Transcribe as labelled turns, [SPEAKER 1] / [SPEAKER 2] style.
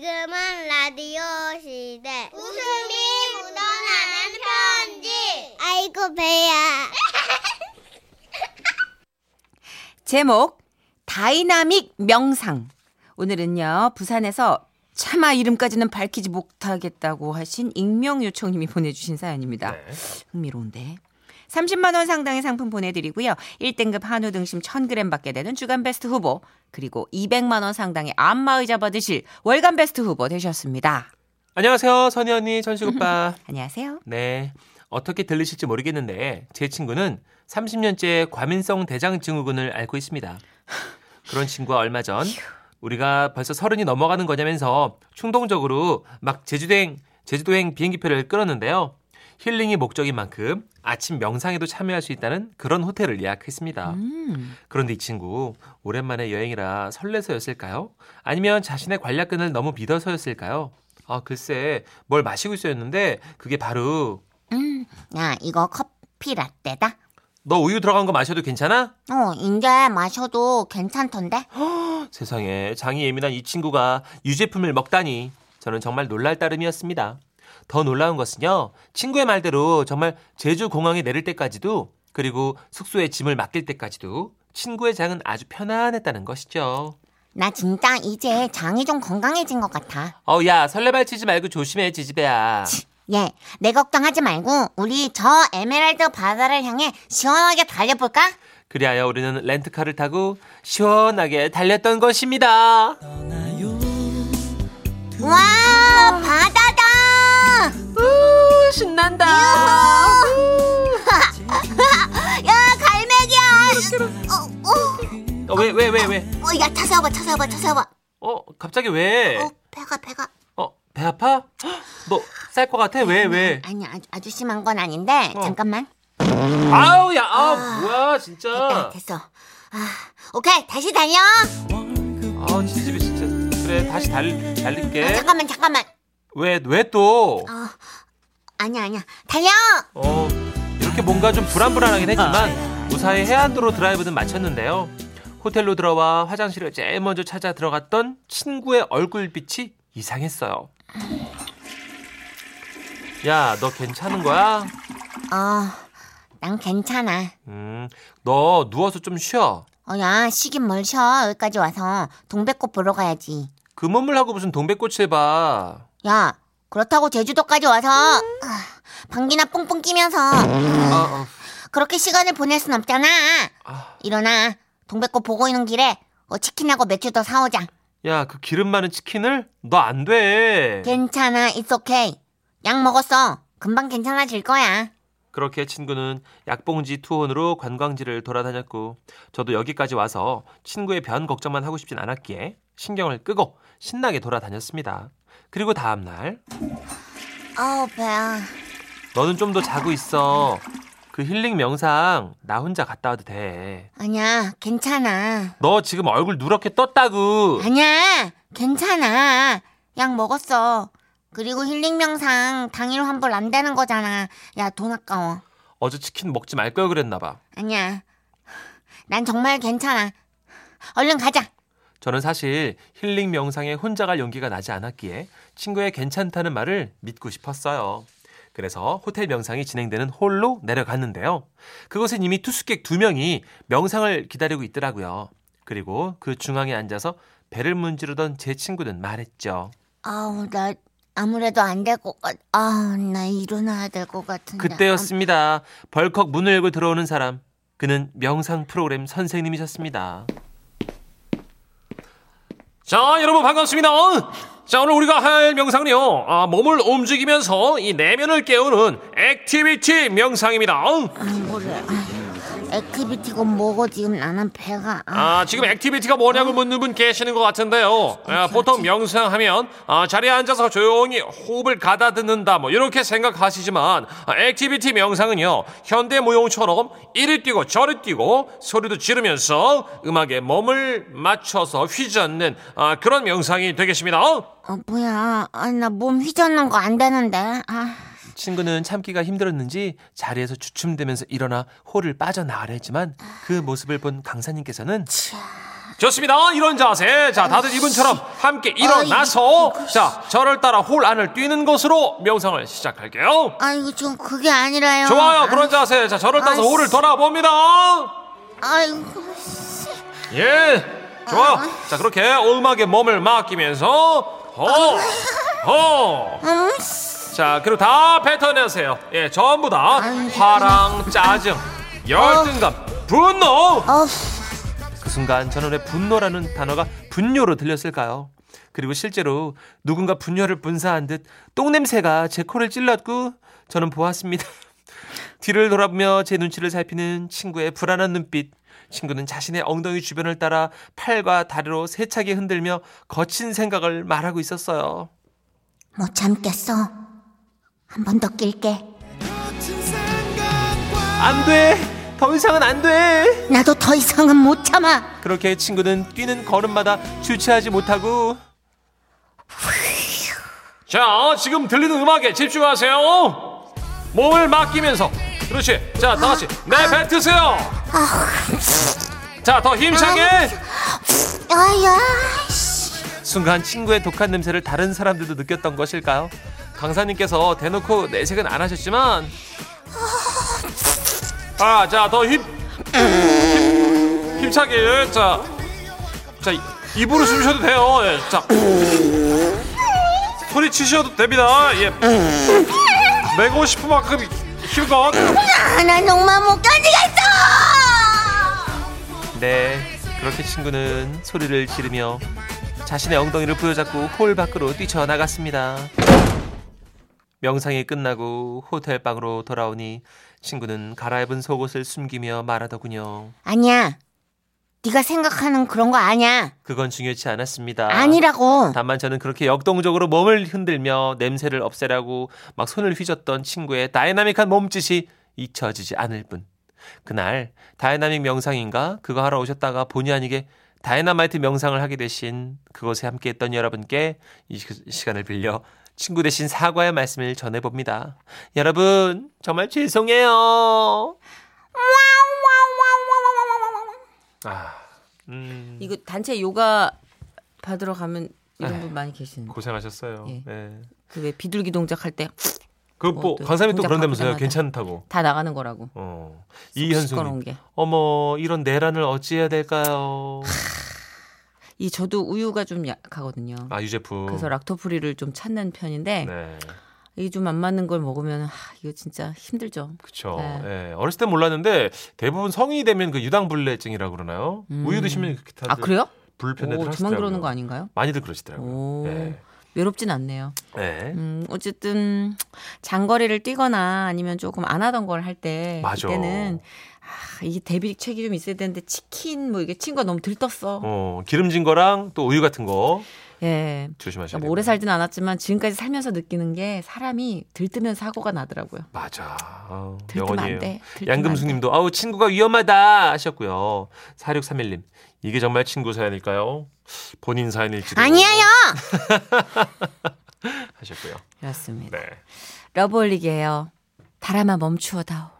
[SPEAKER 1] 지금은 라디오 시대. 웃음이 묻어나는 편지. 아이고, 배야.
[SPEAKER 2] 제목 다이나믹 명상. 오늘은요 부산에서 차마 이름까지는 밝히지 못하겠다고 하신 익명 요청님이 보내주신 사연입니다.
[SPEAKER 3] 네.
[SPEAKER 2] 흥미로운데. 30만 원 상당의 상품 보내드리고요. 1등급 한우 등심 1,000g 받게 되는 주간 베스트 후보 그리고 200만 원 상당의 안마의자 받으실 월간 베스트 후보 되셨습니다.
[SPEAKER 3] 안녕하세요, 선희 언니, 천식 오빠.
[SPEAKER 2] 안녕하세요.
[SPEAKER 3] 네. 어떻게 들리실지 모르겠는데 제 친구는 30년째 과민성 대장 증후군을 앓고 있습니다. 그런 친구가 얼마 전 우리가 벌써 서른이 넘어가는 거냐면서 충동적으로 막 제주도행 제주도행 비행기표를 끊었는데요. 힐링이 목적인 만큼 아침 명상에도 참여할 수 있다는 그런 호텔을 예약했습니다.
[SPEAKER 2] 음.
[SPEAKER 3] 그런데 이 친구 오랜만에 여행이라 설레서였을까요? 아니면 자신의 관략근을 너무 믿어서였을까요? 아 글쎄 뭘 마시고 있었는데 그게 바로
[SPEAKER 2] 음. 야 이거 커피 라떼다.
[SPEAKER 3] 너 우유 들어간 거 마셔도 괜찮아?
[SPEAKER 2] 어 이제 마셔도 괜찮던데.
[SPEAKER 3] 세상에 장이 예민한 이 친구가 유제품을 먹다니 저는 정말 놀랄 따름이었습니다. 더 놀라운 것은요 친구의 말대로 정말 제주 공항에 내릴 때까지도 그리고 숙소에 짐을 맡길 때까지도 친구의 장은 아주 편안했다는 것이죠.
[SPEAKER 2] 나 진짜 이제 장이 좀 건강해진 것 같아.
[SPEAKER 3] 어야 설레발치지 말고 조심해 지지배야.
[SPEAKER 2] 예, 내 걱정하지 말고 우리 저 에메랄드 바다를 향해 시원하게 달려볼까?
[SPEAKER 3] 그리하여 우리는 렌트카를 타고 시원하게 달렸던 것입니다.
[SPEAKER 2] 와, 바다다!
[SPEAKER 3] 신난다.
[SPEAKER 2] 야, 갈매기야! 어, 어,
[SPEAKER 3] 왜 왜 왜 왜,
[SPEAKER 2] 어, 야, 찾아봐, 찾아봐, 찾아봐.
[SPEAKER 3] 어 갑자기 왜?
[SPEAKER 2] 어, 배가, 배가.
[SPEAKER 3] 어 배 아파? 너 쌀 것 같아? 왜 왜?
[SPEAKER 2] 아니, 아주, 아주 심한 건 아닌데,
[SPEAKER 3] 네. 어.
[SPEAKER 2] 잠깐만.
[SPEAKER 3] 아우 야 아우 뭐야 진짜.
[SPEAKER 2] 네, 됐다, 됐어. 아, 오케이, 다시 달려!
[SPEAKER 3] 아우 진집이 진짜 그래 다시 달
[SPEAKER 2] 아,
[SPEAKER 3] 달릴게.
[SPEAKER 2] 잠깐만, 잠깐만.
[SPEAKER 3] 왜 왜 또?
[SPEAKER 2] 아니야, 아니야. 달려!
[SPEAKER 3] 어, 이렇게 뭔가 좀 불안불안하긴 했지만 무사히 해안도로 드라이브는 마쳤는데요. 호텔로 들어와 화장실을 제일 먼저 찾아 들어갔던 친구의 얼굴빛이 이상했어요. 야, 너 괜찮은 거야?
[SPEAKER 2] 어, 난 괜찮아.
[SPEAKER 3] 음, 너 누워서 좀 쉬어.
[SPEAKER 2] 어, 야, 쉬긴 뭘 쉬어. 여기까지 와서 동백꽃 보러 가야지.
[SPEAKER 3] 그 몸을 하고 무슨 동백꽃을 봐.
[SPEAKER 2] 야, 그렇다고 제주도까지 와서 아, 방귀나 뿡뿡 끼면서
[SPEAKER 3] 아, 아,
[SPEAKER 2] 그렇게 시간을 보낼 순 없잖아.
[SPEAKER 3] 아.
[SPEAKER 2] 일어나. 동백꽃 보고 있는 길에 어, 치킨하고 맥주 더 사오자.
[SPEAKER 3] 야, 그 기름 많은 치킨을 너 안
[SPEAKER 2] 네.
[SPEAKER 3] 돼.
[SPEAKER 2] 괜찮아, it's okay. 약 먹었어. 금방 괜찮아질 거야.
[SPEAKER 3] 그렇게 친구는 약봉지 투혼으로 관광지를 돌아다녔고 저도 여기까지 와서 친구의 변 걱정만 하고 싶진 않았기에 신경을 끄고 신나게 돌아다녔습니다. 그리고 다음 날
[SPEAKER 2] 어우, 배야.
[SPEAKER 3] 너는 좀 더 자고 있어. 그 힐링 명상 나 혼자 갔다 와도 돼.
[SPEAKER 2] 아니야, 괜찮아.
[SPEAKER 3] 너 지금 얼굴 누렇게 떴다고.
[SPEAKER 2] 아니야, 괜찮아. 약 먹었어. 그리고 힐링 명상 당일 환불 안 되는 거잖아. 야, 돈 아까워.
[SPEAKER 3] 어제 치킨 먹지 말 걸 그랬나 봐.
[SPEAKER 2] 아니야. 난 정말 괜찮아. 얼른 가자.
[SPEAKER 3] 저는 사실 힐링 명상에 혼자 갈 용기가 나지 않았기에 친구의 괜찮다는 말을 믿고 싶었어요. 그래서 호텔 명상이 진행되는 홀로 내려갔는데요. 그곳엔 이미 투숙객 두 명이 명상을 기다리고 있더라고요. 그리고 그 중앙에 앉아서 배를 문지르던 제 친구는 말했죠.
[SPEAKER 2] 아우, 나 아무래도 안 될 것 같, 아우, 나 일어나야 될 것 같은데.
[SPEAKER 3] 그때였습니다. 벌컥 문을 열고 들어오는 사람. 그는 명상 프로그램 선생님이셨습니다.
[SPEAKER 4] 자, 여러분 반갑습니다. 어? 자, 오늘 우리가 할 명상은요. 아, 몸을 움직이면서 이 내면을 깨우는 액티비티 명상입니다. 어?
[SPEAKER 2] 아, 뭐래. 아, 액티비티가 뭐고 지금 나는 배가. 아,
[SPEAKER 4] 아, 지금 액티비티가 뭐냐고 묻는 분 계시는 것 같은데요. 아, 보통 명상하면 아, 자리에 앉아서 조용히 호흡을 가다듬는다 뭐 이렇게 생각하시지만 아, 액티비티 명상은요. 현대 무용처럼 이리 뛰고 저리 뛰고 소리도 지르면서 음악에 몸을 맞춰서 휘젓는 아, 그런 명상이 되겠습니다. 어?
[SPEAKER 2] 아, 뭐야. 아, 나 몸 휘젓는 거 안 되는데. 아,
[SPEAKER 3] 친구는 참기가 힘들었는지 자리에서 주춤대면서 일어나 홀을 빠져나가려 했지만 그 모습을 본 강사님께서는
[SPEAKER 5] 좋습니다. 이런 자세. 자, 다들 이분처럼 함께 일어나서 자, 저를 따라 홀 안을 뛰는 것으로 명상을 시작할게요.
[SPEAKER 2] 아이고 좀 그게 아니라요.
[SPEAKER 5] 좋아요. 그런 자세. 자, 저를 따라서
[SPEAKER 2] 아이씨.
[SPEAKER 5] 홀을 돌아봅니다.
[SPEAKER 2] 아이고
[SPEAKER 5] 예. 좋아요. 자, 그렇게 음악에 몸을 맡기면서 호! 호!
[SPEAKER 2] 음,
[SPEAKER 5] 자, 그리고 다 패턴 하세요. 예, 전부 다 화랑 짜증, 열등감, 분노,
[SPEAKER 2] 어
[SPEAKER 3] 그 순간 저는 왜 분노라는 단어가 분뇨로 들렸을까요? 그리고 실제로 누군가 분뇨를 분사한 듯 똥냄새가 제 코를 찔렀고 저는 보았습니다. 뒤를 돌아보며 제 눈치를 살피는 친구의 불안한 눈빛. 친구는 자신의 엉덩이 주변을 따라 팔과 다리로 세차게 흔들며 거친 생각을 말하고 있었어요.
[SPEAKER 2] 못 참겠어. 한 번 더 낄게.
[SPEAKER 3] 안 돼! 더 이상은 안 돼!
[SPEAKER 2] 나도 더 이상은 못 참아.
[SPEAKER 3] 그렇게 친구는 뛰는 걸음마다 주체하지 못하고
[SPEAKER 5] 자, 지금 들리는 음악에 집중하세요. 몸을 맡기면서. 그렇지. 자, 다 같이 네, 내뱉으세요. 자, 더 힘차게.
[SPEAKER 2] 아야.
[SPEAKER 3] 순간 친구의 독한 냄새를 다른 사람들도 느꼈던 것일까요? 강사님께서 대놓고 내색은 안 하셨지만
[SPEAKER 5] 아, 자, 더 힘. 힘- 힘차게. 자. 자, 입으로 숨 쉬어도 돼요. 예, 자. 소리 치셔도 됩니다. 예. 내고 싶은 만큼 힘껏.
[SPEAKER 2] 아, 나 정말 못 견디겠어.
[SPEAKER 3] 네 그렇게 친구는 소리를 지르며 자신의 엉덩이를 부여잡고 홀 밖으로 뛰쳐나갔습니다. 명상이 끝나고 호텔 방으로 돌아오니 친구는 갈아입은 속옷을 숨기며 말하더군요.
[SPEAKER 2] 아니야. 네가 생각하는 그런 거 아니야.
[SPEAKER 3] 그건 중요치 않았습니다.
[SPEAKER 2] 아니라고.
[SPEAKER 3] 다만 저는 그렇게 역동적으로 몸을 흔들며 냄새를 없애라고 막 손을 휘젓던 친구의 다이나믹한 몸짓이 잊혀지지 않을 뿐. 그날 다이나믹 명상인가 그거 하러 오셨다가 본의 아니게 다이나마이트 명상을 하기 대신 그곳에 함께했던 여러분께 이 시- 시간을 빌려 친구 대신 사과의 말씀을 전해봅니다. 여러분 정말 죄송해요. 음,
[SPEAKER 4] 이거 단체 요가 받으러 가면 이런 분 많이 계시는데
[SPEAKER 5] 고생하셨어요.
[SPEAKER 4] 예.
[SPEAKER 5] 예.
[SPEAKER 4] 그 왜 비둘기 동작 할 때 다
[SPEAKER 5] 그, 뭐,
[SPEAKER 4] 어, 또
[SPEAKER 5] 강사님 또
[SPEAKER 4] 동작
[SPEAKER 5] 그런다면서요.
[SPEAKER 4] 바꾸자마자.
[SPEAKER 5] 괜찮다고.
[SPEAKER 4] 나가는 거라고
[SPEAKER 5] 어.
[SPEAKER 4] 시끄러운
[SPEAKER 5] 이현수님.
[SPEAKER 4] 게.
[SPEAKER 3] 어머 이런 내란을 어찌해야 될까요?
[SPEAKER 4] 이 저도 우유가 좀 약하거든요.
[SPEAKER 5] 아, 유제품.
[SPEAKER 4] 그래서 락토프리를 좀 찾는 편인데
[SPEAKER 5] 네.
[SPEAKER 4] 이게 좀 안 맞는 걸 먹으면 아, 이거 진짜 힘들죠.
[SPEAKER 5] 그쵸.
[SPEAKER 4] 네.
[SPEAKER 5] 예. 어렸을 땐 몰랐는데 대부분 성인이 되면 그 유당불내증이라고 그러나요? 우유 드시면 그렇게 다들
[SPEAKER 4] 아 그래요?
[SPEAKER 5] 불편해들
[SPEAKER 4] 오, 저만
[SPEAKER 5] 하시더라고요.
[SPEAKER 4] 그러는 거 아닌가요?
[SPEAKER 5] 많이들 그러시더라고요.
[SPEAKER 4] 오
[SPEAKER 5] 네.
[SPEAKER 4] 외롭진 않네요.
[SPEAKER 5] 네.
[SPEAKER 4] 음, 어쨌든 장거리를 뛰거나 아니면 조금 안 하던 걸 할 때
[SPEAKER 5] 맞아.
[SPEAKER 4] 그때는 아, 이게 대비책이 좀 있어야 되는데 치킨 뭐 이게 친구가 너무 들떴어.
[SPEAKER 5] 어, 기름진 거랑 또 우유 같은 거
[SPEAKER 4] 예.
[SPEAKER 5] 조심하셔야
[SPEAKER 4] 그러니까
[SPEAKER 5] 돼요.
[SPEAKER 4] 뭐 오래 살진 않았지만 지금까지 살면서 느끼는 게 사람이 들뜨면 사고가 나더라고요.
[SPEAKER 5] 맞아. 어,
[SPEAKER 4] 들뜨면 안
[SPEAKER 5] 영원이에요.
[SPEAKER 4] 돼. 들뜨면 안 돼.
[SPEAKER 3] 양금숙님도 아우 친구가 위험하다 하셨고요. 4631님 이게 정말 친구 사연일까요?
[SPEAKER 5] 본인 사연일지도
[SPEAKER 2] 아니에요.
[SPEAKER 5] 하셨고요.
[SPEAKER 4] 그렇습니다.
[SPEAKER 5] 네.
[SPEAKER 4] 러브홀릭이에요. 바람아 멈추어다오.